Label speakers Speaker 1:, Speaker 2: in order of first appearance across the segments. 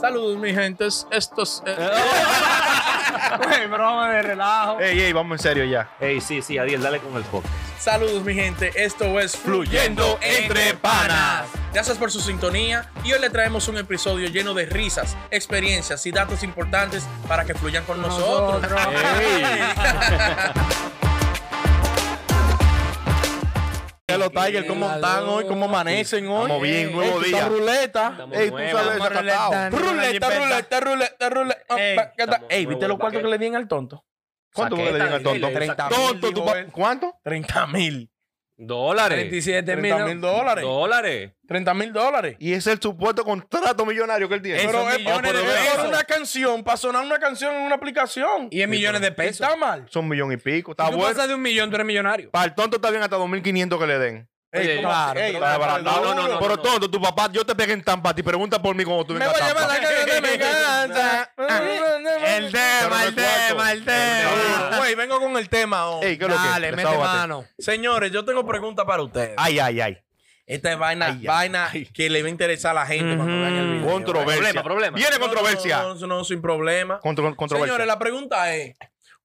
Speaker 1: Saludos, mi gentes. Estos. eh,
Speaker 2: Eh.
Speaker 3: Güey, broma de relajo.
Speaker 2: Ey, ey, vamos en serio ya.
Speaker 4: Ey, sí, sí, Adiel, dale con el podcast.
Speaker 1: Saludos, mi gente. Esto es
Speaker 2: Fluyendo Entre Panas.
Speaker 1: Gracias por su sintonía y hoy le traemos un episodio lleno de risas, experiencias y datos importantes para que fluyan con nosotros.
Speaker 2: Eh,
Speaker 3: Nosotros.
Speaker 2: Hello, Tiger, ¿cómo están hoy? ¿Cómo amanecen hoy? Eh, Estamos bien, nuevo día. ruleta.
Speaker 4: Estamos
Speaker 2: Ey, tú
Speaker 4: nuevos.
Speaker 2: sabes,
Speaker 3: Estamos ruleta,
Speaker 2: desacatado. Ruleta,
Speaker 3: ruleta,
Speaker 2: ruleta, ruleta, ruleta.
Speaker 3: Ey,
Speaker 2: Ah, pa,
Speaker 4: estamos
Speaker 2: Ey, ¿viste
Speaker 4: nuevos,
Speaker 2: los cuartos que le
Speaker 4: Paquete.
Speaker 2: di en al tonto? ¿Cuánto que le di
Speaker 4: Saqueta,
Speaker 2: en al tonto?
Speaker 4: dile, saca-
Speaker 2: Tonto, tu
Speaker 3: digo
Speaker 2: pa-
Speaker 3: él.
Speaker 2: ¿Cuánto?
Speaker 1: 30 mil.
Speaker 4: Dólares.
Speaker 3: 37 mil.
Speaker 2: 30 mil dólares.
Speaker 4: Dólares.
Speaker 2: 30 mil dólares. Y ese es el supuesto contrato millonario que él tiene.
Speaker 3: Esos
Speaker 2: Pero es
Speaker 3: millones de
Speaker 2: pero es por
Speaker 3: pesos.
Speaker 2: una canción, para sonar una canción en una aplicación.
Speaker 3: Y es millones de pesos.
Speaker 2: Está mal. Son millón y pico. Está
Speaker 3: Si tú
Speaker 2: bueno.
Speaker 3: pasas de un millón, tú eres millonario.
Speaker 2: Para el tonto está bien hasta 2.500 que le den.
Speaker 4: Oye,
Speaker 2: ¿cómo
Speaker 3: claro,
Speaker 2: así? Ey,
Speaker 3: pero-
Speaker 2: para- para-
Speaker 4: no, no, no, no,
Speaker 2: Pero
Speaker 4: no.
Speaker 2: tonto, tu papá, yo te pegué en Tampa. Te pregunta por mí cuando tú
Speaker 3: Me
Speaker 2: vengas
Speaker 3: voy a
Speaker 2: Tampa.
Speaker 3: llevar la cara de mi casa.
Speaker 2: El tema, el tema, el tema.
Speaker 3: Güey, vengo con el tema. hoy.
Speaker 2: Ey, ¿qué es lo que?
Speaker 3: Dale, mete
Speaker 2: Desahógate.
Speaker 3: mano.
Speaker 1: Señores, yo tengo pregunta para ustedes.
Speaker 2: Ay, ay, ay.
Speaker 1: Esta es vaina,
Speaker 2: Ay, ay,
Speaker 1: vaina que le va a interesar a la gente cuando vean
Speaker 3: Mm.
Speaker 1: el video.
Speaker 2: Controversia.
Speaker 4: Problema, problema.
Speaker 2: Viene
Speaker 1: No, no,
Speaker 2: controversia.
Speaker 1: No, no, no, sin problema.
Speaker 2: Contro- controversia.
Speaker 1: Señores, la pregunta es: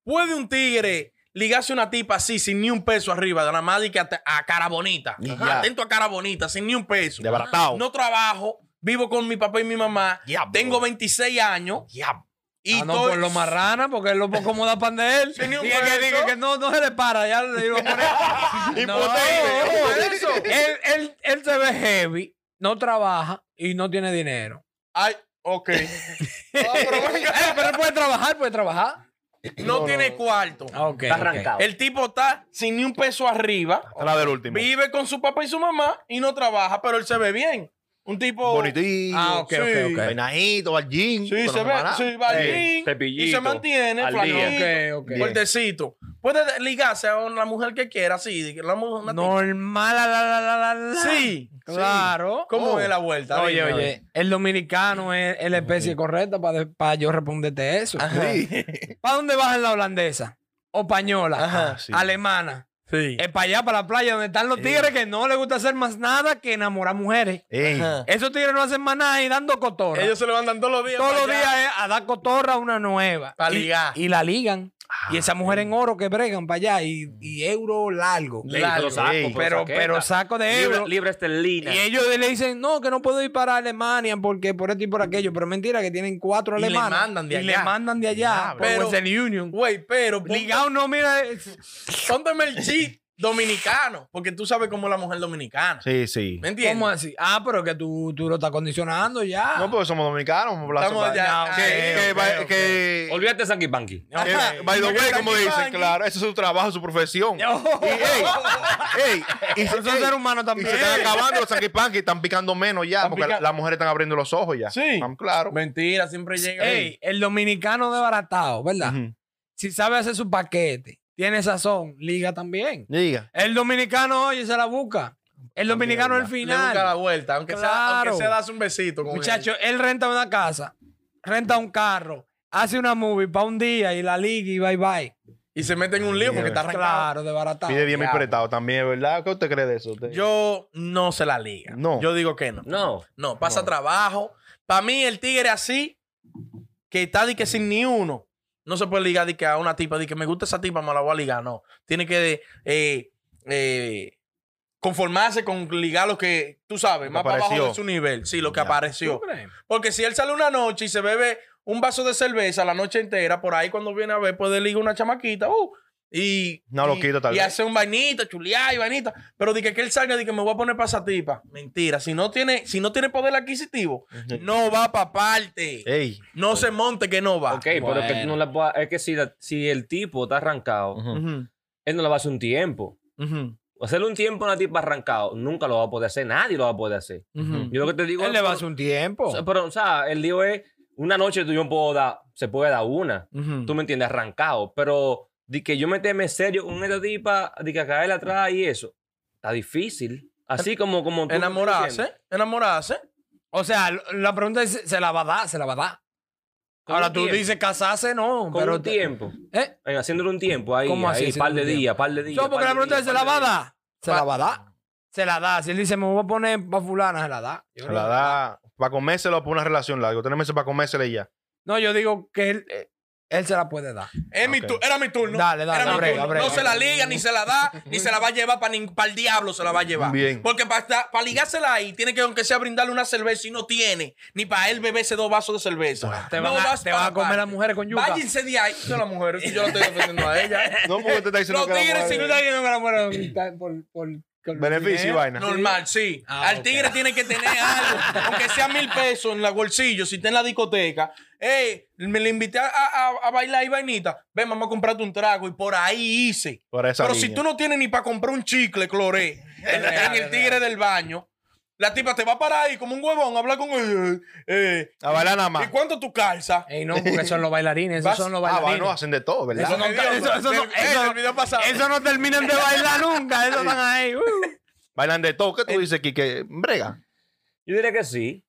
Speaker 1: ¿puede un tigre ligarse a una tipa así sin ni un peso arriba? De nada más y que a, a cara bonita.
Speaker 2: Y
Speaker 1: Ajá,
Speaker 2: ya.
Speaker 1: Atento a cara bonita, sin ni un peso.
Speaker 2: Desbaratado.
Speaker 1: No trabajo, vivo con mi papá y mi mamá.
Speaker 2: Diablo.
Speaker 1: Tengo 26 años. Y
Speaker 3: Ah, no,
Speaker 1: estoy-
Speaker 3: por lo marrana, porque él lo como da pan de él.
Speaker 1: Sí, ni un
Speaker 3: Dije que,
Speaker 1: peso.
Speaker 3: dije que no, no se le para, ya le digo
Speaker 2: Impotente.
Speaker 3: eso. Él, él, él se ve heavy, no trabaja y no tiene dinero.
Speaker 1: Ay, ok.
Speaker 3: Eh, pero él puede trabajar, puede trabajar.
Speaker 1: No, tiene cuarto.
Speaker 3: Ah, ok,
Speaker 4: Está
Speaker 3: ok.
Speaker 4: arrancado.
Speaker 1: El tipo está sin ni un peso arriba.
Speaker 2: Esta es la del último.
Speaker 1: Vive con su papá y su mamá y no trabaja, pero él se ve bien. Un tipo.
Speaker 2: Bonitito.
Speaker 3: Ah, ok, ok,
Speaker 1: Sí.
Speaker 2: Eh.
Speaker 3: ok.
Speaker 2: Peinadito, al jean.
Speaker 1: Sí, se ve, sí, va al
Speaker 3: Eh,
Speaker 1: gym y se
Speaker 4: cepillito,
Speaker 1: mantiene
Speaker 4: al día.
Speaker 1: flaquito,
Speaker 3: Ok, ok.
Speaker 1: fuertecito. Puede ligarse a la mujer que quiera, sí, la mujer, una tipa.
Speaker 3: Normal, la, la, la, la, la, la.
Speaker 1: Sí,
Speaker 3: Claro.
Speaker 1: ¿Cómo es la vuelta?
Speaker 3: Oye,
Speaker 1: Dime,
Speaker 3: oye, el dominicano es, es la especie correcta para yo responderte eso. ¿Para dónde vas en la holandesa? O española, Ah,
Speaker 2: Ajá, sí.
Speaker 3: alemana.
Speaker 1: Sí.
Speaker 3: Es para allá, para la playa, donde están los tigres que no les gusta hacer más nada que enamorar mujeres.
Speaker 2: Ey.
Speaker 1: Ajá.
Speaker 3: Esos tigres no hacen más nada y dando cotorra.
Speaker 1: Ellos se levantan todos los días.
Speaker 3: Todos los
Speaker 1: para
Speaker 3: días
Speaker 1: allá.
Speaker 3: es a dar cotorra a una nueva.
Speaker 1: Pa'
Speaker 3: Y-
Speaker 1: ligar. Ah,
Speaker 3: Y, la ligan. y esa mujer en oro que bregan para allá. Y, y euro largo.
Speaker 4: Ey,
Speaker 1: Largo.
Speaker 4: pero saco,
Speaker 2: Ey.
Speaker 3: Pero,
Speaker 4: saqueta.
Speaker 3: pero saco de
Speaker 4: Libre-
Speaker 3: euro.
Speaker 4: Libre esterlina.
Speaker 3: Y ellos le dicen, no, que no puedo ir para Alemania porque por esto y por aquello. Pero mentira, que tienen cuatro
Speaker 1: Y le
Speaker 3: alemanas.
Speaker 1: mandan de
Speaker 3: y le
Speaker 1: allá.
Speaker 3: mandan de allá.
Speaker 1: Diablo.
Speaker 3: por
Speaker 1: Pero-
Speaker 3: Western Union.
Speaker 1: Güey, pero ponte-
Speaker 3: Ligado no, mira. eh, es-
Speaker 1: pónteme el chip dominicano, porque tú sabes cómo es la mujer dominicana.
Speaker 2: Sí, sí.
Speaker 1: ¿Me entiendes?
Speaker 3: ¿Cómo así? Ah, pero que tú, tú lo estás condicionando ya.
Speaker 2: No, pues, porque somos dominicanos. vamos a hablar
Speaker 1: Estamos
Speaker 2: sobre-
Speaker 1: ya-
Speaker 2: Que-
Speaker 1: ah,
Speaker 2: que
Speaker 1: ok,
Speaker 2: va-
Speaker 1: ok.
Speaker 2: que-
Speaker 4: Olvídate de Sanky Panky.
Speaker 2: Eh,
Speaker 1: Ajá.
Speaker 2: by the
Speaker 1: Porque
Speaker 2: way,
Speaker 1: está
Speaker 2: como
Speaker 1: aquí,
Speaker 2: dicen,
Speaker 1: Frankie.
Speaker 2: claro, ese es su trabajo, su profesión. Y, ey, ey, y se-
Speaker 3: Pero son
Speaker 2: ey,
Speaker 3: seres humanos
Speaker 2: y
Speaker 3: también.
Speaker 2: se están acabando los sanguipanqui, están picando menos ya,
Speaker 1: Están
Speaker 2: porque
Speaker 1: pica-
Speaker 2: las mujeres están abriendo los ojos ya.
Speaker 1: Sí.
Speaker 2: Están claro.
Speaker 1: Mentira, siempre llega.
Speaker 3: Ey, el dominicano desbaratado, ¿verdad?
Speaker 2: Ujú.
Speaker 3: Si sabe hacer su paquete, tiene sazón, liga también.
Speaker 2: Diga.
Speaker 3: El dominicano, oye, se la busca. El dominicano al
Speaker 1: Le busca la
Speaker 3: final.
Speaker 1: vuelta, aunque, sea,
Speaker 3: Claro.
Speaker 1: aunque sea darse un besito con
Speaker 3: Muchacho, él renta una casa, renta un carro, hace una movie para un día y la liga y bye bye.
Speaker 1: él. Y se mete en un lío porque está arrancado.
Speaker 3: Claro, desbaratado.
Speaker 2: Pide 10 mil
Speaker 3: Claro.
Speaker 2: prestados también, ¿verdad? ¿Qué usted cree de eso? Usted?
Speaker 1: Yo no se la liga.
Speaker 2: No.
Speaker 1: Yo digo que no.
Speaker 4: No.
Speaker 1: No, pasa trabajo. Para mí, el tigre así, que está de que sin ni uno, no se puede ligar de que a una tipa, de que me gusta esa tipa, me la voy a ligar. No. Tiene que eh, eh, conformarse con ligar lo que, tú sabes,
Speaker 2: que
Speaker 1: más para abajo
Speaker 2: apareció.
Speaker 1: de su nivel. Sí, lo que
Speaker 2: Ya.
Speaker 1: apareció. Porque si él sale una noche y se bebe un vaso de cerveza la noche entera, por ahí cuando viene a ver, puede ligar una chamaquita. Uh, y,
Speaker 2: Una
Speaker 1: y-
Speaker 2: loquita, tal
Speaker 1: y
Speaker 2: vez.
Speaker 1: hace un vainita, chulear y vainita. Pero de que, que él salga de que me voy a poner pasatipa. Mentira. Si no tiene, si no tiene poder adquisitivo,
Speaker 2: Ujú.
Speaker 1: no va para parte.
Speaker 2: Ey.
Speaker 1: No se monte que no
Speaker 3: Ah,
Speaker 1: va.
Speaker 4: Ok, pero es que, no la puedo- es que si, la- si el tipo está arrancado,
Speaker 2: Ujú.
Speaker 1: Ujú,
Speaker 4: él no le va a hacer un tiempo.
Speaker 1: ujú,
Speaker 4: Hacerle un tiempo a una tipa arrancado, nunca lo va a poder hacer. Nadie lo va a poder hacer.
Speaker 1: ujú.
Speaker 4: Yo lo que te digo
Speaker 3: Él le va a
Speaker 4: pero-
Speaker 3: hacer un tiempo.
Speaker 4: Pero, o sea, el lío es, una noche tú yo puedo dar, se puede dar una.
Speaker 1: Ujú.
Speaker 4: Tú me entiendes, arrancado. Pero de que yo meterme serio con esta tipa, de que caerle atrás y eso, está difícil. Así como, como tú
Speaker 1: Enamorarse, enamorarse.
Speaker 3: O sea, l- la pregunta es, ¿se la va a dar? ¿Se la va a dar?
Speaker 4: Con
Speaker 3: Ahora
Speaker 4: un
Speaker 3: tú
Speaker 4: tiempo.
Speaker 3: dices casarse, no.
Speaker 4: Con
Speaker 3: pero
Speaker 4: un
Speaker 3: te-
Speaker 4: tiempo.
Speaker 3: ¿Eh?
Speaker 4: En haciéndole un tiempo ahí,
Speaker 3: ¿Cómo así,
Speaker 4: ahí,
Speaker 3: haciéndole
Speaker 4: par
Speaker 3: un
Speaker 4: de
Speaker 3: tiempo?
Speaker 4: días, par de días.
Speaker 3: No, porque la
Speaker 4: par de
Speaker 3: pregunta es,
Speaker 4: días,
Speaker 3: ¿se
Speaker 4: par
Speaker 3: la
Speaker 4: de
Speaker 3: va a
Speaker 4: días.
Speaker 3: dar? ¿Se la va a dar? se la da. Si él dice, me voy a poner para fulana, se la da. Yo
Speaker 2: La
Speaker 3: no-
Speaker 2: da para comérselo por una relación larga. Tres meses para comérsela y ya.
Speaker 3: No, yo digo que él, eh, él se la puede dar.
Speaker 1: Es mi
Speaker 2: Ok.
Speaker 1: tu- era mi turno.
Speaker 3: Dale, dale,
Speaker 1: Era mi
Speaker 3: brega,
Speaker 1: turno.
Speaker 3: brega.
Speaker 1: no se la liga, ni se la da, ni se la va a llevar para el diablo, se la va a llevar.
Speaker 2: Bien.
Speaker 1: Porque para ligársela ahí, tiene que, aunque sea brindarle una cerveza y no tiene, ni para él beberse dos vasos de cerveza.
Speaker 3: Te
Speaker 1: No
Speaker 3: van, a,
Speaker 1: vas
Speaker 3: te van
Speaker 1: para
Speaker 3: a comer
Speaker 1: parte.
Speaker 3: las mujeres con yuca.
Speaker 1: Váyanse de ahí. Yo la mujer, yo la estoy defendiendo a ella.
Speaker 2: No, porque usted está diciendo
Speaker 1: Los
Speaker 2: que la
Speaker 1: tigres,
Speaker 2: mujer-
Speaker 1: si no
Speaker 3: Está yendo con las mujeres por- por- por- con
Speaker 2: Beneficio y
Speaker 3: dinero.
Speaker 2: vaina.
Speaker 1: Normal, sí.
Speaker 3: Ah,
Speaker 1: Al
Speaker 3: ok.
Speaker 1: tigre tiene que tener algo, aunque sea mil pesos en la bolsillo, si está en la discoteca. Ey, me le invité a, a- a bailar y vainita. Ven, vamos a comprarte un trago y por ahí hice.
Speaker 2: Para esa
Speaker 1: Pero si
Speaker 2: línea.
Speaker 1: tú no tienes ni para comprar un chicle, Cloré, en, en el tigre del baño, la tipa te va a parar ahí como un huevón, habla con él. eh,
Speaker 2: A bailar nada más. Eh,
Speaker 1: ¿Y cuánto tú calzas?
Speaker 3: Ey, no, porque son los bailarines. Esos
Speaker 1: Vas-
Speaker 3: son los
Speaker 2: Ah,
Speaker 3: bailarines.
Speaker 2: bueno, hacen de todo, ¿verdad?
Speaker 1: Eso no-
Speaker 3: eso- eso no-
Speaker 1: Del- eh,
Speaker 3: eso-
Speaker 1: del video pasado.
Speaker 3: Eso no terminan de bailar nunca. Esos están ahí. uh.
Speaker 2: Bailan de todo. ¿Qué tú dices, Kike? Brega.
Speaker 4: Yo diría que sí.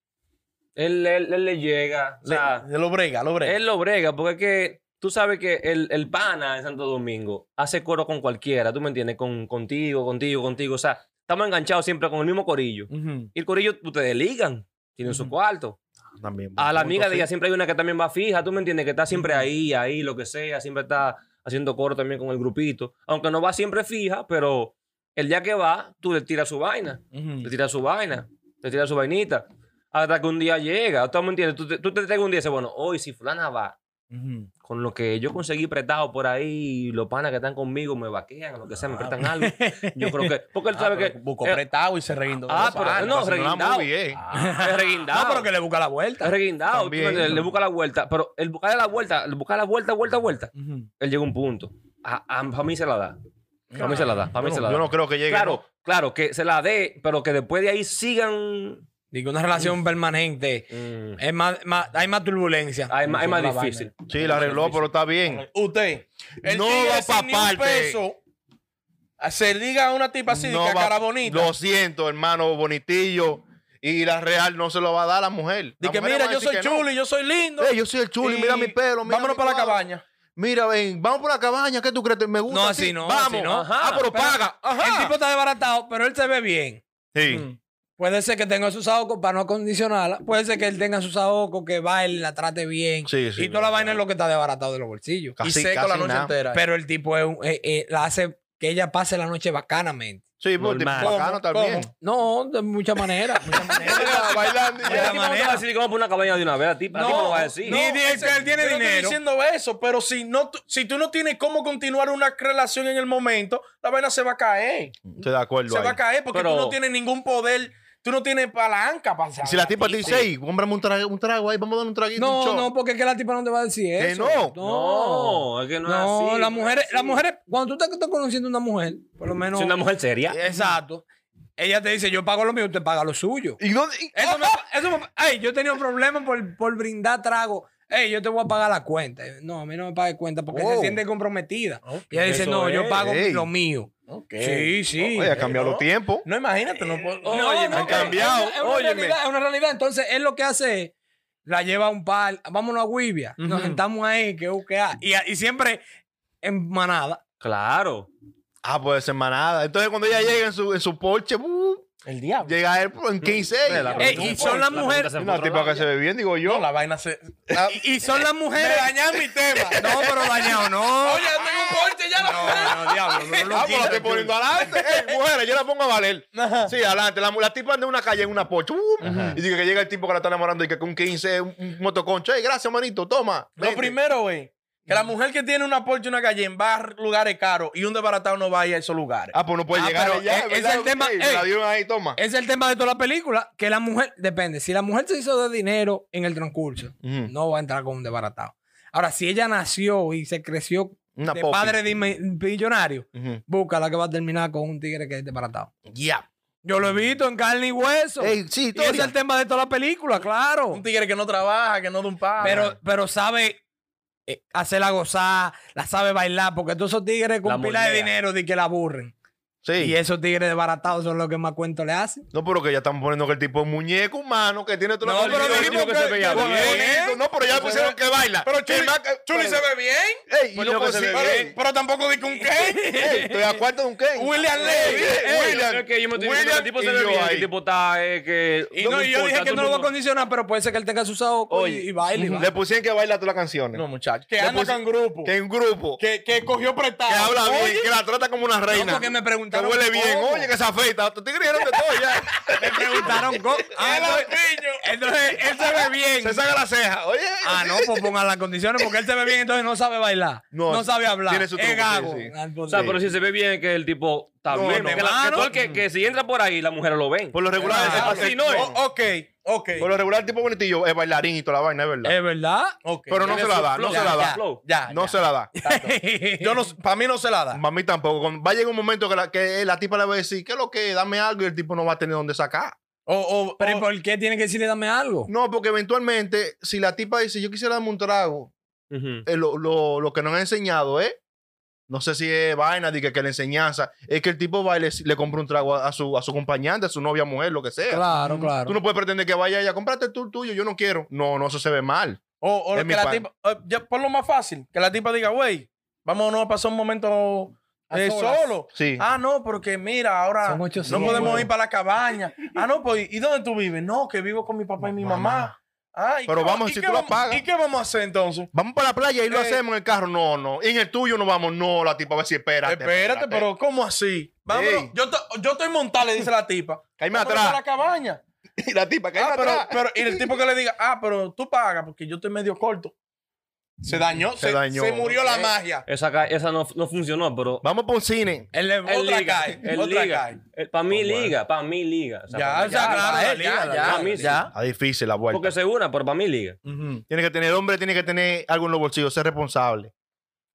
Speaker 4: Él, él- él le llega. O sea,
Speaker 1: Lo brega, lo brega.
Speaker 4: él lo brega, porque es que tú sabes que el, el pana en Santo Domingo hace coro con cualquiera, tú me entiendes, con, contigo, contigo, contigo. O sea, estamos enganchados siempre con el mismo corillo.
Speaker 1: Ujú.
Speaker 4: Y el corillo, ustedes ligan, tienen su cuarto.
Speaker 2: También.
Speaker 4: A la
Speaker 2: Punto,
Speaker 4: amiga de
Speaker 2: sí.
Speaker 4: ella siempre hay una que también va fija, tú me entiendes, que está siempre ahí, ahí, lo que sea, siempre está haciendo coro también con el grupito. Aunque no va siempre fija, pero el día que va, tú le tiras su vaina, le tiras su vaina, le tiras su vainita. Hasta que un día llega, tú me entiendes, tú te, tú te traigas un día y dices, bueno, hoy si fulana va, con lo que yo conseguí prestado por ahí, los panas que están conmigo me vaquean, lo que sea, me prestan algo. Yo creo que, porque
Speaker 1: Ah,
Speaker 4: él sabe que...
Speaker 1: Buscó
Speaker 4: eh,
Speaker 1: prestado y se reguindó.
Speaker 4: ah, pero
Speaker 2: Ah,
Speaker 4: no,
Speaker 2: entonces la
Speaker 4: reguindado.
Speaker 2: movie, eh.
Speaker 4: es reguindado.
Speaker 3: No, Ah, pero que le busca la vuelta.
Speaker 4: Es reguindado, tú me
Speaker 2: También.
Speaker 4: entiendes, le busca la vuelta, pero el buscarle la vuelta, el buscar la vuelta, vuelta, vuelta, él llega a un punto. A, a- pa' mí se la da. Para mí se la da, para mí
Speaker 2: Yo
Speaker 4: se
Speaker 2: no-
Speaker 4: la
Speaker 2: yo
Speaker 4: da.
Speaker 2: no creo que llegue.
Speaker 4: claro, claro, que se la dé, pero que después de ahí sigan.
Speaker 3: Digo, una relación permanente.
Speaker 4: mm,
Speaker 3: Es más, más- hay más turbulencia.
Speaker 4: hay, más, hay más difícil.
Speaker 2: no. Sí, la arregló, pero está bien.
Speaker 1: Usted. El
Speaker 2: No
Speaker 1: tigre
Speaker 2: va
Speaker 1: sin
Speaker 2: pa'
Speaker 1: ni un
Speaker 2: parte.
Speaker 1: peso, ah, se liga a una tipa así de
Speaker 2: No
Speaker 1: que
Speaker 2: va-
Speaker 1: Ah, cara bonita.
Speaker 2: Lo siento, hermano bonitillo. Y la real no se lo va a dar a la mujer.
Speaker 1: de
Speaker 2: La
Speaker 1: que
Speaker 2: mujer
Speaker 1: mira,
Speaker 2: va a
Speaker 1: yo
Speaker 2: decir
Speaker 1: soy
Speaker 2: que no.
Speaker 1: chulo y yo soy lindo.
Speaker 2: Eh, yo soy el chulo y mira mi pelo. Mira
Speaker 1: Vámonos
Speaker 2: mi
Speaker 1: para la
Speaker 2: cuadro.
Speaker 1: cabaña.
Speaker 2: Mira, ven, vamos para la cabaña. ¿Qué tú crees? ¿Te- Me gusta.
Speaker 3: No,
Speaker 2: a ti?
Speaker 3: así no,
Speaker 2: Vamos.
Speaker 3: así no.
Speaker 2: ah, pero, paga.
Speaker 3: El
Speaker 2: Ajá.
Speaker 3: tipo está desbaratado, pero él se ve bien.
Speaker 2: Sí.
Speaker 3: Mm. Puede ser que tenga sus ahorcos para no acondicionarla. Puede ser que él tenga sus ahorcos, que baile, la trate bien.
Speaker 2: Sí, sí,
Speaker 3: y toda la
Speaker 2: verdad.
Speaker 3: vaina es lo que está desbaratado de los bolsillos.
Speaker 2: Casi,
Speaker 1: y seco
Speaker 2: casi
Speaker 1: la noche
Speaker 2: nada.
Speaker 1: entera.
Speaker 3: Pero el tipo es un- eh, eh, la hace que ella pase la noche bacanamente.
Speaker 2: Sí, pues, tipo,
Speaker 4: Normal.
Speaker 2: bacano también.
Speaker 3: No, de muchas maneras. muchas maneras.
Speaker 2: Bailando y
Speaker 4: Pero
Speaker 2: ya.
Speaker 4: la tipa no te va a decir que vamos por una cabaña de una vez. La tipa la tipa no va a decir.
Speaker 3: no. Ni- ni el
Speaker 1: ese-
Speaker 3: que él tiene
Speaker 1: yo no
Speaker 3: dinero.
Speaker 1: estoy diciendo eso, pero si, no, tú- si tú no tienes cómo continuar una relación en el momento, la vaina se va a caer.
Speaker 2: Estoy de acuerdo
Speaker 1: Se
Speaker 2: ahí.
Speaker 1: va a caer porque
Speaker 4: Pero-
Speaker 1: tú no tienes ningún poder, tú no tienes palanca para
Speaker 2: Si la tipa te dice, hey, cómprame un trago, un trago ahí, vamos a dar un traguito.
Speaker 3: No,
Speaker 2: un shot".
Speaker 3: no, porque es que la tipa no te va a decir
Speaker 2: Que
Speaker 3: eso.
Speaker 2: no.
Speaker 4: No, es que no, es
Speaker 3: No,
Speaker 4: así.
Speaker 3: las
Speaker 4: no es
Speaker 3: mujeres,
Speaker 4: así.
Speaker 3: las mujeres, cuando tú estás, estás conociendo a una mujer, por lo menos.
Speaker 4: Si una mujer
Speaker 3: Eh.
Speaker 4: seria.
Speaker 3: Exacto. Ella te dice, yo pago lo mío, usted paga lo suyo.
Speaker 2: ¿Y dónde? y-
Speaker 3: Eso me, eso me- ay, yo he tenido problemas por, por brindar trago. Ey, yo te voy a pagar la cuenta. No, a mí no me pague cuenta porque
Speaker 2: Oh.
Speaker 3: se siente comprometida. Y ella
Speaker 4: Eso
Speaker 3: dice, no, yo
Speaker 4: es.
Speaker 3: pago
Speaker 2: Ey.
Speaker 3: lo mío. Sí, sí.
Speaker 2: Oye, ha cambiado
Speaker 1: no.
Speaker 2: los tiempos.
Speaker 1: No, imagínate, no puedo.
Speaker 3: No,
Speaker 4: Óyeme,
Speaker 3: no,
Speaker 4: han
Speaker 3: pero
Speaker 2: cambiado.
Speaker 3: Es una, es una
Speaker 4: Óyeme.
Speaker 3: realidad, es una realidad. Entonces, él lo que hace es, la lleva a un par, vámonos a Wibia, nos sentamos ahí, que UQA. Y, y siempre en manada.
Speaker 4: Claro.
Speaker 2: Ah, pues en manada. Entonces cuando ella llega en su, en su Porsche, uh,
Speaker 1: El diablo.
Speaker 2: llega él pues, en 15.
Speaker 4: Ve, la-
Speaker 3: Ey, y son las
Speaker 4: la
Speaker 3: mujeres-
Speaker 4: pregunta se fue
Speaker 2: Una
Speaker 4: otro
Speaker 2: tipa
Speaker 4: lado
Speaker 2: que se ve bien, digo yo.
Speaker 1: No, la vaina se.
Speaker 3: Y, y son las mujeres.
Speaker 1: dañaste mi tema.
Speaker 3: No, pero dañado, no.
Speaker 1: Oye, yo tengo un porche ya lo-
Speaker 3: No, no, diablo, no lo
Speaker 2: Ah, pues la estoy poniendo adelante. Ey, mujeres, yo la pongo a valer. Sí, adelante. La, la tipa anda en una calle en una Porsche. uh, y dice que llega el tipo que la está enamorando y que con 15, un, un motoconcho. Ey, gracias, manito, toma.
Speaker 1: Lo
Speaker 2: vente.
Speaker 1: primero es que la mujer que tiene una Porsche y una Cayenne va a lugares caros y un desbaratado no va a ir a esos lugares.
Speaker 2: Ah, pues no puede
Speaker 3: Ah,
Speaker 2: llegar
Speaker 3: pero
Speaker 2: allá.
Speaker 3: es- es
Speaker 2: ¿verdad?
Speaker 3: el tema,
Speaker 2: Ey, me la
Speaker 3: ey.
Speaker 2: dieron ahí, toma.
Speaker 3: Ese es el tema de toda la película, que la mujer, depende, si la mujer se hizo de dinero en el transcurso,
Speaker 2: Ujú.
Speaker 3: no va a entrar con un desbaratado. Ahora, si ella nació y se creció
Speaker 2: Una
Speaker 3: de
Speaker 2: popi.
Speaker 3: padre de mi- millonario,
Speaker 2: Ujú.
Speaker 3: busca la que va a terminar con un tigre que es desbaratado.
Speaker 2: Ya.
Speaker 3: Yo lo he visto en carne y hueso.
Speaker 2: Ey, sí,
Speaker 3: y ese es
Speaker 2: historia.
Speaker 3: el tema de toda la película, claro.
Speaker 1: Un tigre que no trabaja, que no da un palo.
Speaker 3: Pero, pero sabe eh, hacerla gozar, la sabe bailar, porque todos esos tigres con
Speaker 4: La
Speaker 3: pila de
Speaker 4: moldea.
Speaker 3: dinero de que la aburren.
Speaker 2: Sí.
Speaker 3: Y esos tigres desbaratados son los que más cuento le hacen.
Speaker 2: No, pero que ya estamos poniendo que el tipo es muñeco humano que tiene todo
Speaker 4: No, pero
Speaker 2: el
Speaker 4: dijimos que se veía
Speaker 3: bien.
Speaker 2: No, pero ya pusieron que baila.
Speaker 1: eh, Pero
Speaker 2: Que
Speaker 1: Chuli,
Speaker 2: más que-
Speaker 1: Chuli se ve bien.
Speaker 2: Ey, y
Speaker 4: Pues
Speaker 2: loco,
Speaker 4: loco, se
Speaker 2: sí,
Speaker 4: ve
Speaker 2: ey,
Speaker 4: bien.
Speaker 1: Pero tampoco dice un qué.
Speaker 2: ey, Estoy a cuarto de un Ken.
Speaker 1: William
Speaker 2: eh,
Speaker 1: Levy.
Speaker 2: Ey, William.
Speaker 4: Es que yo me estoy diciendo que el tipo
Speaker 2: y
Speaker 4: se ve
Speaker 2: yo
Speaker 4: bien, que
Speaker 2: ahí.
Speaker 4: el tipo está. eh, que,
Speaker 3: Y, no, y yo dije que no lo voy a condicionar, pero puede ser que él tenga su saoco y,
Speaker 2: Oye,
Speaker 3: y baile. y
Speaker 2: Le
Speaker 3: baile.
Speaker 2: pusieron que baila todas las canciones.
Speaker 1: No, muchachos. Que
Speaker 2: Le
Speaker 1: anda
Speaker 2: puse-
Speaker 1: con grupo.
Speaker 2: Que en grupo. Que,
Speaker 1: Que, que cogió prestado.
Speaker 2: habla bien,
Speaker 1: Oye,
Speaker 2: que la trata como una reina.
Speaker 3: porque me preguntaron
Speaker 2: Que huele bien.
Speaker 3: cómo.
Speaker 2: Oye, que se afeita. Te tigres dijeron de todo ya.
Speaker 3: Me preguntaron cómo. Ah, entonces, entonces, él se ve bien.
Speaker 2: se saca la ceja. Oye.
Speaker 3: Ah, no, pues pongan las condiciones porque él se ve bien, entonces no sabe bailar.
Speaker 2: No,
Speaker 3: No, sabe hablar.
Speaker 2: tiene su truco,
Speaker 3: es gago.
Speaker 2: sí, sí.
Speaker 3: Ah, pues,
Speaker 4: O sea,
Speaker 3: sí.
Speaker 4: pero si se ve bien que el tipo está
Speaker 2: No,
Speaker 4: bien.
Speaker 2: no,
Speaker 4: porque la- que
Speaker 3: claro.
Speaker 4: todo el que, que si entra por ahí, las mujeres lo ven.
Speaker 2: Por lo regular.
Speaker 3: Ah,
Speaker 2: el- el-
Speaker 4: así no es.
Speaker 1: o- ok, ok.
Speaker 2: Por lo regular, el tipo bonitillo es bailarín y toda la vaina, es verdad.
Speaker 3: Es verdad.
Speaker 1: ok.
Speaker 2: pero no
Speaker 4: tiene
Speaker 2: se la
Speaker 4: su
Speaker 2: da, no
Speaker 4: flow,
Speaker 2: se la
Speaker 4: ya,
Speaker 2: da.
Speaker 4: ya. flow.
Speaker 1: Ya,
Speaker 2: No
Speaker 1: ya.
Speaker 2: se la da.
Speaker 1: Yo no, para mí no se la da.
Speaker 2: A mí tampoco. Cuando- Va a llegar un momento que la, que la tipa le va a decir, ¿qué es lo que? es? Dame algo y el tipo no va a tener dónde sacar.
Speaker 1: O, o,
Speaker 3: Pero ¿y
Speaker 1: o-
Speaker 3: por qué tiene que decirle dame algo?
Speaker 2: No, porque eventualmente, si la tipa dice, yo quisiera darme un trago,
Speaker 4: Ujú.
Speaker 2: eh, lo, lo- lo que nos han enseñado es, no sé si es vaina, de que, que la enseñanza, es que el tipo va y le, le compra un trago a, a su, a su acompañante, a su novia, mujer, lo que sea.
Speaker 3: Claro, claro.
Speaker 2: Mm. Tú no puedes pretender que vaya ella, cómprate tú el tuyo, yo no quiero. No, no, eso se ve mal.
Speaker 1: o- o
Speaker 2: es
Speaker 1: que
Speaker 2: mi
Speaker 1: la
Speaker 2: pan.
Speaker 1: tipa, eh, ya, por lo más fácil, que la tipa diga, güey, vámonos a pasar un momento
Speaker 3: A
Speaker 1: eh,
Speaker 3: solas.
Speaker 1: solo.
Speaker 2: Sí.
Speaker 1: Ah, no, porque mira, ahora
Speaker 3: Son ocho
Speaker 1: no
Speaker 3: siglos.
Speaker 1: podemos ir para la cabaña. Ah, no, pues, ¿y dónde tú vives? No, que vivo con mi papá y mi mamá. Ah, ¿y
Speaker 2: Pero
Speaker 1: qué-
Speaker 2: vamos,
Speaker 1: y
Speaker 2: si
Speaker 1: qué
Speaker 2: tú la
Speaker 1: vamos-
Speaker 2: pagas.
Speaker 1: ¿Y qué vamos a hacer entonces?
Speaker 2: Vamos para la playa y lo
Speaker 1: Eh.
Speaker 2: hacemos en el carro. No, no. Y en el tuyo no vamos. No, la tipa va a decir, espérate.
Speaker 1: Espérate, pero ¿cómo así? Vámonos.
Speaker 2: Ey.
Speaker 1: Yo, to- yo estoy montada, le dice la tipa.
Speaker 2: Caíme
Speaker 1: Vámonos
Speaker 2: atrás.
Speaker 1: para la cabaña.
Speaker 2: Y la tipa, que
Speaker 1: Ah, pero, pero- y el tipo que le diga, ah, pero tú pagas porque yo estoy medio corto. Se dañó, se,
Speaker 2: Se dañó.
Speaker 1: se murió la magia.
Speaker 4: Esa, ca- esa no, no funcionó, pero.
Speaker 2: Vamos por un cine.
Speaker 3: Él le-
Speaker 1: Él- otra cae,
Speaker 4: el
Speaker 1: otra
Speaker 4: liga.
Speaker 1: cae.
Speaker 4: Para mí, liga. Para mí, liga. O sea,
Speaker 1: Ya,
Speaker 4: pa'
Speaker 1: o
Speaker 4: mí,
Speaker 1: sea, claro,
Speaker 3: para
Speaker 1: la
Speaker 3: él,
Speaker 1: liga,
Speaker 3: ya,
Speaker 1: ya,
Speaker 4: para mí, sí.
Speaker 1: ya.
Speaker 2: Está Ah, difícil la vuelta.
Speaker 4: Porque segura, pero para mí, liga.
Speaker 1: Ujú.
Speaker 2: Tiene que tener hombre, tiene que tener algo en los bolsillos, ser responsable.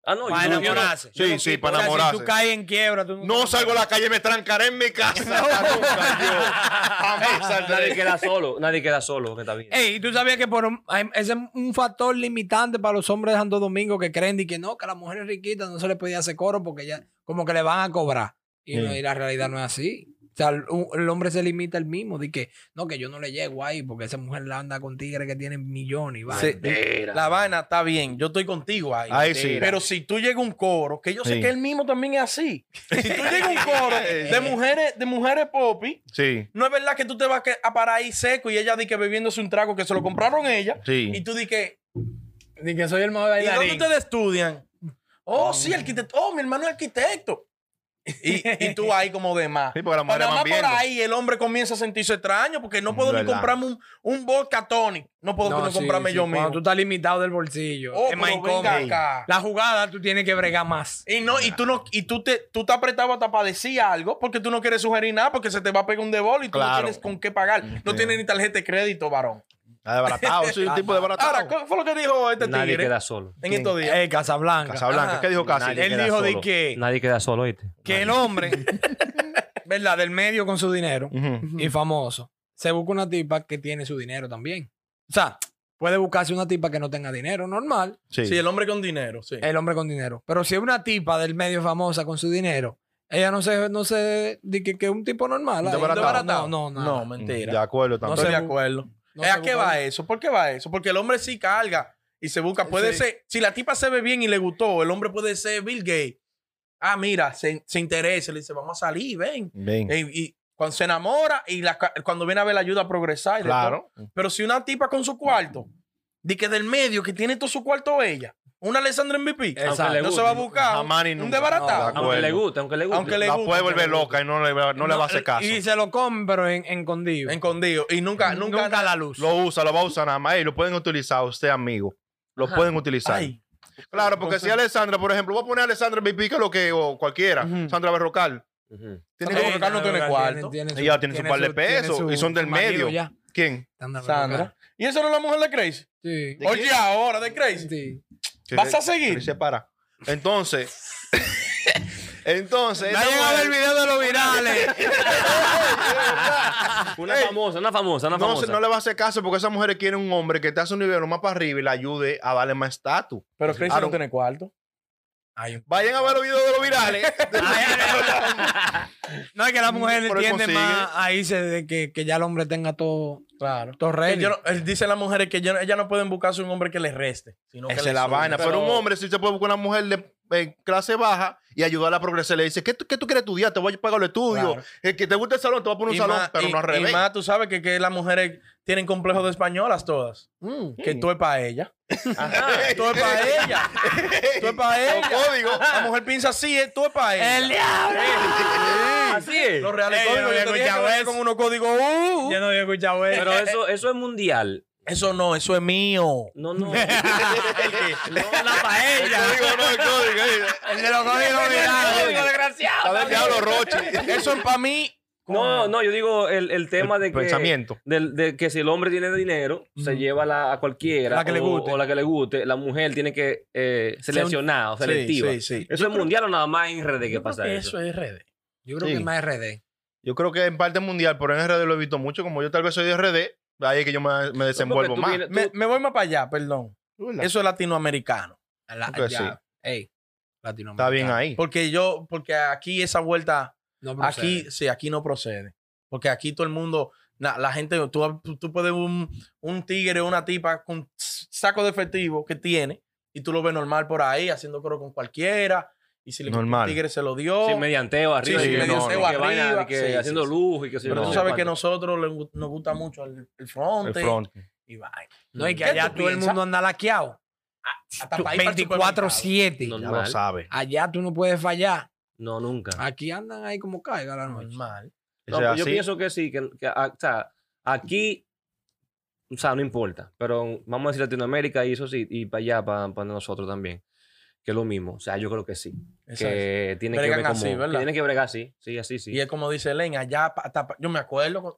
Speaker 4: Ah, no.
Speaker 3: Para
Speaker 4: yo no- yo no-
Speaker 3: enamorarse.
Speaker 4: yo no
Speaker 2: Sí, sí,
Speaker 4: quito-
Speaker 2: para
Speaker 3: O sea,
Speaker 2: enamorarse.
Speaker 3: Si tú caes en quiebra, tú
Speaker 2: No salgo a la calle, me trancaré en mi casa. Nunca yo. Jamás
Speaker 4: Nadie
Speaker 2: saldré.
Speaker 4: queda solo. Nadie queda solo en esta vida.
Speaker 3: Ey, ¿y tú sabías que por un- hay- ese es un factor limitante para los hombres de Santo Domingo que creen de que no, que a las mujeres riquitas no se les podía hacer coro porque ya como que le van a cobrar. Y, no-
Speaker 2: Sí.
Speaker 3: y la realidad no es así. O sea, el, un- el hombre se limita el mismo, de que no, que yo no le llego ahí porque esa mujer la anda con tigres que tienen millones y va.
Speaker 1: Se- la vaina está bien, yo estoy contigo ahí.
Speaker 2: Ahí sí.
Speaker 1: Pero si tú llegas a un coro, que yo sé
Speaker 2: Sí.
Speaker 1: que él mismo también es así. Si tú llegas a un coro de mujeres, de mujeres popi,
Speaker 2: Sí,
Speaker 1: no es verdad que tú te vas a que- a parar ahí seco y ella di que bebiéndose un trago que se lo compraron ella. Y
Speaker 2: sí.
Speaker 1: tú di que,
Speaker 3: De que soy el más
Speaker 1: ¿Y dónde ustedes estudian? Oh, sí, arquitecto. Oh, mi hermano es arquitecto. Y, y tú ahí como de más.
Speaker 2: Sí, porque las mujeres
Speaker 1: Pero nada más
Speaker 2: van
Speaker 1: por
Speaker 2: viendo.
Speaker 1: ahí el hombre comienza a sentirse extraño porque no puedo ni
Speaker 2: Verdad.
Speaker 1: comprarme un, un vodka tonic. No puedo ni
Speaker 3: sí,
Speaker 1: comprarme
Speaker 3: sí,
Speaker 1: yo
Speaker 3: Cuando
Speaker 1: mismo.
Speaker 3: tú estás limitado del bolsillo.
Speaker 1: Oh,
Speaker 3: es más
Speaker 1: pero venga
Speaker 3: incómodo.
Speaker 1: acá.
Speaker 3: La jugada tú tienes que bregar más.
Speaker 1: Y no, y tú no, y tú te, tú te apretado hasta para decir algo, porque tú no quieres sugerir nada, porque se te va a pegar un debol y tú no
Speaker 2: Claro.
Speaker 1: tienes con qué pagar. No
Speaker 2: Sí.
Speaker 1: tienes ni tarjeta de crédito, varón.
Speaker 2: Está desbaratado, sí, el tipo desbaratado.
Speaker 1: Ahora, ¿qué fue lo que dijo este
Speaker 4: Nadie
Speaker 1: tigre
Speaker 4: queda solo.
Speaker 1: en estos días?
Speaker 3: Eh, Casablanca.
Speaker 2: Casablanca,
Speaker 1: Ajá.
Speaker 2: ¿qué dijo Casi?
Speaker 4: Nadie
Speaker 3: Él
Speaker 4: queda
Speaker 3: dijo de
Speaker 4: solo.
Speaker 3: que-
Speaker 4: Nadie queda solo, ¿oíste?
Speaker 3: que el hombre, ¿verdad? Del medio con su dinero
Speaker 2: Ujú.
Speaker 3: y famoso, se busca una tipa que tiene su dinero también. O sea, puede buscarse una tipa que no tenga dinero, normal,
Speaker 2: Sí.
Speaker 1: Sí, el hombre con dinero, sí.
Speaker 3: el hombre con dinero. Pero si es una tipa del medio famosa con su dinero, ella no se, no se, di que, que es un tipo normal. ahí.
Speaker 2: Desbaratado.
Speaker 3: Desbaratado. No, no,
Speaker 1: No,
Speaker 3: no.
Speaker 1: mentira.
Speaker 2: De acuerdo
Speaker 1: No
Speaker 2: también.
Speaker 1: estoy
Speaker 3: se
Speaker 1: de
Speaker 3: bu-
Speaker 1: acuerdo.
Speaker 3: no
Speaker 1: Eh,
Speaker 3: se
Speaker 1: ¿A qué
Speaker 3: busca-
Speaker 1: va eso? ¿Por qué va eso? Porque el hombre sí carga y se busca. Puede
Speaker 3: Sí.
Speaker 1: ser, si la tipa se ve bien y le gustó, el hombre puede ser Bill Gates. Ah, mira, se, se interesa, le dice, vamos a salir, ven.
Speaker 2: Ven.
Speaker 1: Eh, Y, cuando se enamora y la ca- cuando viene a ver la ayuda a progresar. y de todo.
Speaker 2: Claro.
Speaker 1: Pero si una tipa con su cuarto, de que del medio, que tiene todo su cuarto ella, una Alessandra MVP,
Speaker 3: Exacto.
Speaker 1: no se va a buscar
Speaker 2: Jamás ni
Speaker 1: un
Speaker 2: nunca.
Speaker 1: desbaratado.
Speaker 2: No, de
Speaker 4: Aunque
Speaker 2: acuerdo.
Speaker 4: le guste, aunque le guste.
Speaker 1: Aunque le
Speaker 2: La
Speaker 1: gusta,
Speaker 2: puede volver
Speaker 1: le gusta.
Speaker 2: loca y no le va no le va a hacer caso.
Speaker 3: eh, Y se lo come, pero en, escondido.
Speaker 1: Escondido. Y nunca, nunca,
Speaker 3: nunca, a la luz.
Speaker 2: Lo usa, lo va a usar nada más. Ey, lo pueden utilizar, usted amigo. Lo
Speaker 4: Ajá.
Speaker 2: pueden utilizar.
Speaker 1: Ay,
Speaker 2: Claro, porque si Alessandra, por ejemplo, voy a poner a Alessandra MVP, que es lo que, o cualquiera,
Speaker 1: Ujú.
Speaker 2: Sandra Berrocal.
Speaker 4: Ujú.
Speaker 1: tiene
Speaker 3: Sí,
Speaker 1: que buscar, no tiene
Speaker 3: tiene-
Speaker 1: cuarto.
Speaker 3: tiene su-
Speaker 2: Ella tiene su par
Speaker 3: tiene
Speaker 2: de pesos
Speaker 3: su-
Speaker 2: y son del
Speaker 3: su marido
Speaker 2: medio.
Speaker 3: ya.
Speaker 2: ¿Quién?
Speaker 3: Sandra.
Speaker 1: Sandra. Y eso era la mujer de Crazy.
Speaker 3: Sí.
Speaker 2: ¿De
Speaker 1: Oye,
Speaker 2: quién?
Speaker 1: ahora de Crazy.
Speaker 3: Sí.
Speaker 1: ¿Vas a
Speaker 2: Que
Speaker 1: seguir?
Speaker 2: se para. Entonces. entonces. esta
Speaker 3: Vayan a ver el
Speaker 2: mujer-
Speaker 3: video de los virales.
Speaker 4: Una famosa, una famosa, una
Speaker 2: No,
Speaker 4: famosa.
Speaker 2: se- no le va a hacer caso porque esas mujeres quieren un hombre que te hace un nivel más para arriba y la ayude a darle más estatus.
Speaker 1: Pero Crazy
Speaker 2: Aaron-
Speaker 1: no tiene cuarto.
Speaker 3: Hay un-
Speaker 2: Vayan a ver los videos de los virales.
Speaker 3: No, es que la mujer
Speaker 2: Pero
Speaker 3: entiende
Speaker 2: Mm, consigue.
Speaker 3: más a irse de que, que ya el hombre tenga todo,
Speaker 1: Claro.
Speaker 3: todo ready.
Speaker 1: Yo no- él dice a las mujeres que yo no- ellas no pueden buscarse un hombre que les reste. Sino que
Speaker 2: Esa
Speaker 1: les
Speaker 2: es la
Speaker 1: sume.
Speaker 2: vaina. Pero, un hombre, si se puede buscar una mujer de eh, clase baja y ayudarla a progresar, le dice, ¿qué tú, qué tú quieres estudiar? Te voy a pagar los estudios.
Speaker 1: Claro.
Speaker 2: El que te gusta el salón, te voy a poner un
Speaker 1: Y
Speaker 2: salón,
Speaker 1: más-
Speaker 2: pero
Speaker 1: y-
Speaker 2: no al revés.
Speaker 1: Y más, tú sabes que, que las mujeres tienen complejo de españolas todas.
Speaker 3: Mm.
Speaker 1: Que tú es para ella.
Speaker 4: Ajá.
Speaker 1: Tú es para ella. Tú es para
Speaker 2: Los
Speaker 1: ella.
Speaker 2: códigos.
Speaker 1: La mujer piensa así, eh, tú es para ella.
Speaker 3: ¡El diablo!
Speaker 4: Así es.
Speaker 1: Los reales
Speaker 3: Ey, yo no
Speaker 1: códigos.
Speaker 3: había
Speaker 1: Yo te dije que
Speaker 3: escuchado
Speaker 1: venía
Speaker 3: eso.
Speaker 1: con unos códigos. uh,
Speaker 3: Yo no había escuchado eso.
Speaker 4: Pero eso, eso es mundial.
Speaker 1: Eso no, eso es mío.
Speaker 4: No, no. la
Speaker 2: El código no, el código. eh.
Speaker 3: El de los códigos virales.
Speaker 2: A ver, diablo, Rochi.
Speaker 1: Eso es para mí.
Speaker 4: No, no, yo digo el, el tema de que.
Speaker 2: Pensamiento.
Speaker 4: del- de que si el hombre tiene dinero, se lleva la, a cualquiera.
Speaker 3: La que le
Speaker 4: o,
Speaker 3: guste.
Speaker 4: o la que le guste. La mujer tiene que eh, seleccionar o
Speaker 1: Sí,
Speaker 4: selectiva.
Speaker 1: sí, sí.
Speaker 4: Eso es mundial o nada más en redes que
Speaker 1: Yo creo
Speaker 4: pasa
Speaker 1: que
Speaker 4: eso.
Speaker 1: es redes.
Speaker 3: Yo creo
Speaker 2: Sí.
Speaker 3: que es más RD.
Speaker 2: Yo creo que en parte mundial, pero en RD lo he visto mucho. Como yo tal vez soy de RD, ahí es que yo me, me desenvuelvo
Speaker 4: tú
Speaker 2: más.
Speaker 4: vienes-
Speaker 1: Me,
Speaker 4: tú-
Speaker 1: me voy más para allá, perdón.
Speaker 2: Eso
Speaker 1: Eso es latinoamericano.
Speaker 3: La,
Speaker 2: Creo que sí.
Speaker 3: ya, ey, Latinoamérica.
Speaker 2: está bien ah. ahí.
Speaker 1: Porque yo, porque aquí esa vuelta,
Speaker 3: No procede.
Speaker 1: aquí, sí, aquí no procede. Porque aquí todo el mundo, na- la gente, tú, tú- tú puedes ver un, un tigre o una tipa con saco de efectivo que tiene y tú lo ves normal por ahí, haciendo coro con cualquiera. Y si le
Speaker 2: Normal.
Speaker 1: el tigre se lo dio.
Speaker 4: Sí, medianteo arriba.
Speaker 1: sí,
Speaker 4: y que no,
Speaker 1: medianteo
Speaker 4: y que vaina,
Speaker 1: arriba,
Speaker 4: y que
Speaker 1: sí, sí,
Speaker 4: haciendo
Speaker 1: sí.
Speaker 4: luz y que se
Speaker 1: Pero
Speaker 2: no.
Speaker 1: tú sabes que nosotros le gu- nos gusta mucho el, el
Speaker 2: El
Speaker 1: fronte.
Speaker 2: front.
Speaker 1: Y vaina.
Speaker 3: No, y que
Speaker 1: ¿Qué
Speaker 3: allá
Speaker 1: tú
Speaker 3: todo el
Speaker 1: piensas?
Speaker 3: mundo anda laqueado.
Speaker 1: Hasta
Speaker 3: Tú-
Speaker 1: pa' ir pa'l
Speaker 3: 24-7.
Speaker 2: Ya
Speaker 4: Normal.
Speaker 2: lo sabe.
Speaker 3: Allá tú no puedes fallar.
Speaker 4: No, nunca.
Speaker 3: Aquí andan ahí como caiga la
Speaker 1: supermercado.
Speaker 3: noche.
Speaker 1: Normal.
Speaker 4: No,
Speaker 2: Ese es
Speaker 4: pero yo
Speaker 2: así.
Speaker 4: pienso que sí, que, que, ah, o sea, aquí, o sea, no importa, pero vamos a decir Latinoamérica y eso sí, y para allá, para, nosotros también, que es lo mismo. O sea, yo creo que sí.
Speaker 1: Exacto.
Speaker 4: Que tiene que,
Speaker 1: Bregan
Speaker 4: ver como,
Speaker 1: así, ¿verdad?
Speaker 4: que tiene que bregar así, sí, así, sí.
Speaker 1: Y es como dice Len, allá, pa- hasta pa- yo me acuerdo, con-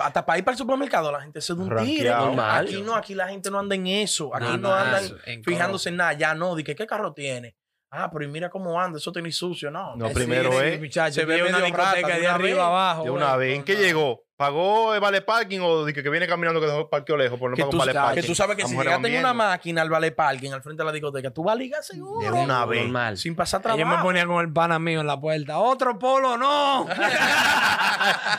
Speaker 1: hasta para ir para el supermercado la gente se da un tigre.
Speaker 2: Ranqueado.
Speaker 4: Normal.
Speaker 1: Aquí no, aquí la gente no anda en eso. Aquí
Speaker 3: Nada
Speaker 1: no,
Speaker 3: más
Speaker 1: andan
Speaker 3: eso, en
Speaker 1: fijándose en nada. Ya no, dije, ¿qué carro tiene? Ah, pero y mira cómo anda, eso tiene sucio, no.
Speaker 2: No,
Speaker 3: coro.
Speaker 2: primero
Speaker 3: Sí,
Speaker 2: es-
Speaker 3: sí, muchacho,
Speaker 1: Se ve
Speaker 3: tiene una
Speaker 1: medio
Speaker 3: discoteca
Speaker 1: rata de
Speaker 3: de
Speaker 1: una vez.
Speaker 3: arriba abajo. eh.
Speaker 2: De una
Speaker 3: güey.
Speaker 2: vez. ¿En qué llegó? ¿Pagó el vale parking o de que, que viene caminando que dejó parqueo lejos? Por no
Speaker 1: que,
Speaker 2: pagó
Speaker 1: tú,
Speaker 2: vale
Speaker 1: que
Speaker 2: parking.
Speaker 1: tú sabes que
Speaker 2: Las
Speaker 1: si
Speaker 2: mujeres van
Speaker 1: llegaste en una
Speaker 2: viendo.
Speaker 1: máquina al vale parking al frente de la discoteca, tú vas a ligar seguro.
Speaker 2: De una vez.
Speaker 4: Normal.
Speaker 1: Sin pasar
Speaker 3: Yo me
Speaker 1: trabajo.
Speaker 3: ponía con el pana mío en la puerta. ¡Otro polo, no!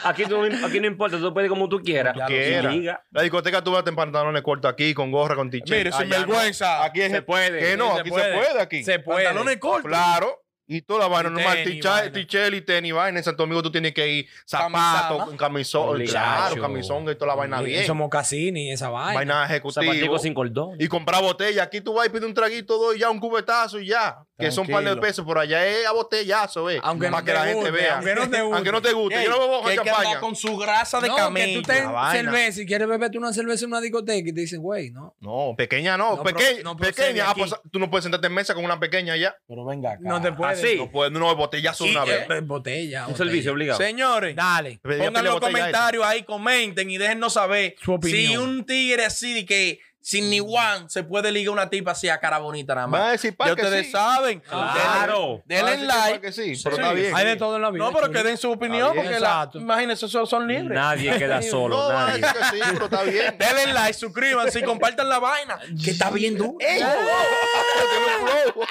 Speaker 4: Aquí, tú, aquí no importa, tú puedes como tú quieras.
Speaker 1: Como
Speaker 4: Sin
Speaker 2: quieras.
Speaker 4: liga.
Speaker 2: La discoteca tú vas en pantalones cortos aquí, con gorra, con t-shirt.
Speaker 1: Mire, sin
Speaker 2: Allá no.
Speaker 1: vergüenza.
Speaker 2: Aquí es-
Speaker 4: Se puede.
Speaker 2: Que no,
Speaker 1: se
Speaker 2: aquí
Speaker 1: puede.
Speaker 2: se puede aquí.
Speaker 3: Se puede.
Speaker 1: Pantalones cortos.
Speaker 2: Claro. Y toda la vaina
Speaker 1: Y
Speaker 2: normal,
Speaker 1: tenis,
Speaker 2: t-shirt,
Speaker 1: vaina.
Speaker 2: t-shirt y tenis, vaina. En Santo Domingo tú tienes que ir
Speaker 1: Camisama.
Speaker 2: zapato, con camisón,
Speaker 4: Obligado.
Speaker 2: claro, camisón y toda la vaina bien.
Speaker 3: Somos casini, esa vaina.
Speaker 2: vaina
Speaker 4: Zapatico
Speaker 2: ejecutiva.
Speaker 4: sin cordón.
Speaker 2: Y comprar botella. Aquí tú vas y pides un traguito, dos y ya, un cubetazo y ya. Que son un par de
Speaker 1: Tranquilo.
Speaker 2: pesos. Por allá es a botellazo, eh.
Speaker 3: Aunque
Speaker 2: Para
Speaker 3: no
Speaker 2: que
Speaker 3: te
Speaker 2: la gente
Speaker 3: guste,
Speaker 2: vea.
Speaker 3: aunque no te guste.
Speaker 2: Aunque no te guste. Yo no bebo
Speaker 1: que hay que
Speaker 2: champaña.
Speaker 1: andar con su grasa de
Speaker 3: no,
Speaker 1: camello.
Speaker 3: que tú te
Speaker 2: La vaina.
Speaker 3: cerveza y quieres beberte una cerveza en una discoteca y te dicen, güey, no.
Speaker 2: No, pequeña no.
Speaker 3: No pro-
Speaker 2: pequeña.
Speaker 3: no procede
Speaker 2: pequeña. Ah,
Speaker 3: aquí.
Speaker 2: pues, tú no puedes sentarte en mesa con una pequeña ya.
Speaker 1: Pero venga acá.
Speaker 3: No te puedes.
Speaker 4: Así.
Speaker 2: No puedes, no, botellazo de una
Speaker 1: Y-
Speaker 2: vez.
Speaker 3: Eh, Botella.
Speaker 4: Un
Speaker 3: botella.
Speaker 4: servicio obligado.
Speaker 1: Señores,
Speaker 3: Dale.
Speaker 2: Pedí pila
Speaker 1: pongan
Speaker 2: de
Speaker 1: los
Speaker 2: botella
Speaker 1: comentarios ahí, comenten y déjennos saber
Speaker 3: Su opinión.
Speaker 1: si un tigre así de que sin ni one se puede ligar una tipa así a cara bonita nada
Speaker 2: Va a
Speaker 1: más.
Speaker 2: decir, pa,
Speaker 1: Ya
Speaker 2: que
Speaker 1: ustedes
Speaker 2: sí.
Speaker 1: saben.
Speaker 4: Claro.
Speaker 1: Denle, denle
Speaker 2: Ah, sí,
Speaker 1: like.
Speaker 2: capaz que sí, pero está
Speaker 1: Sí.
Speaker 2: bien.
Speaker 3: Hay de todo en la vida.
Speaker 1: No, pero
Speaker 3: chulo.
Speaker 1: que den su opinión
Speaker 2: Está bien.
Speaker 1: porque la,
Speaker 3: Exacto.
Speaker 1: imagínense, son, son libres.
Speaker 4: Nadie queda solo.
Speaker 2: No, van a
Speaker 4: nadie.
Speaker 2: decir que sí, pero está bien.
Speaker 1: Denle like,
Speaker 3: É.
Speaker 2: tá
Speaker 1: suscríbanse y compartan la vaina. Que está bien duro.
Speaker 2: Tiene un flow.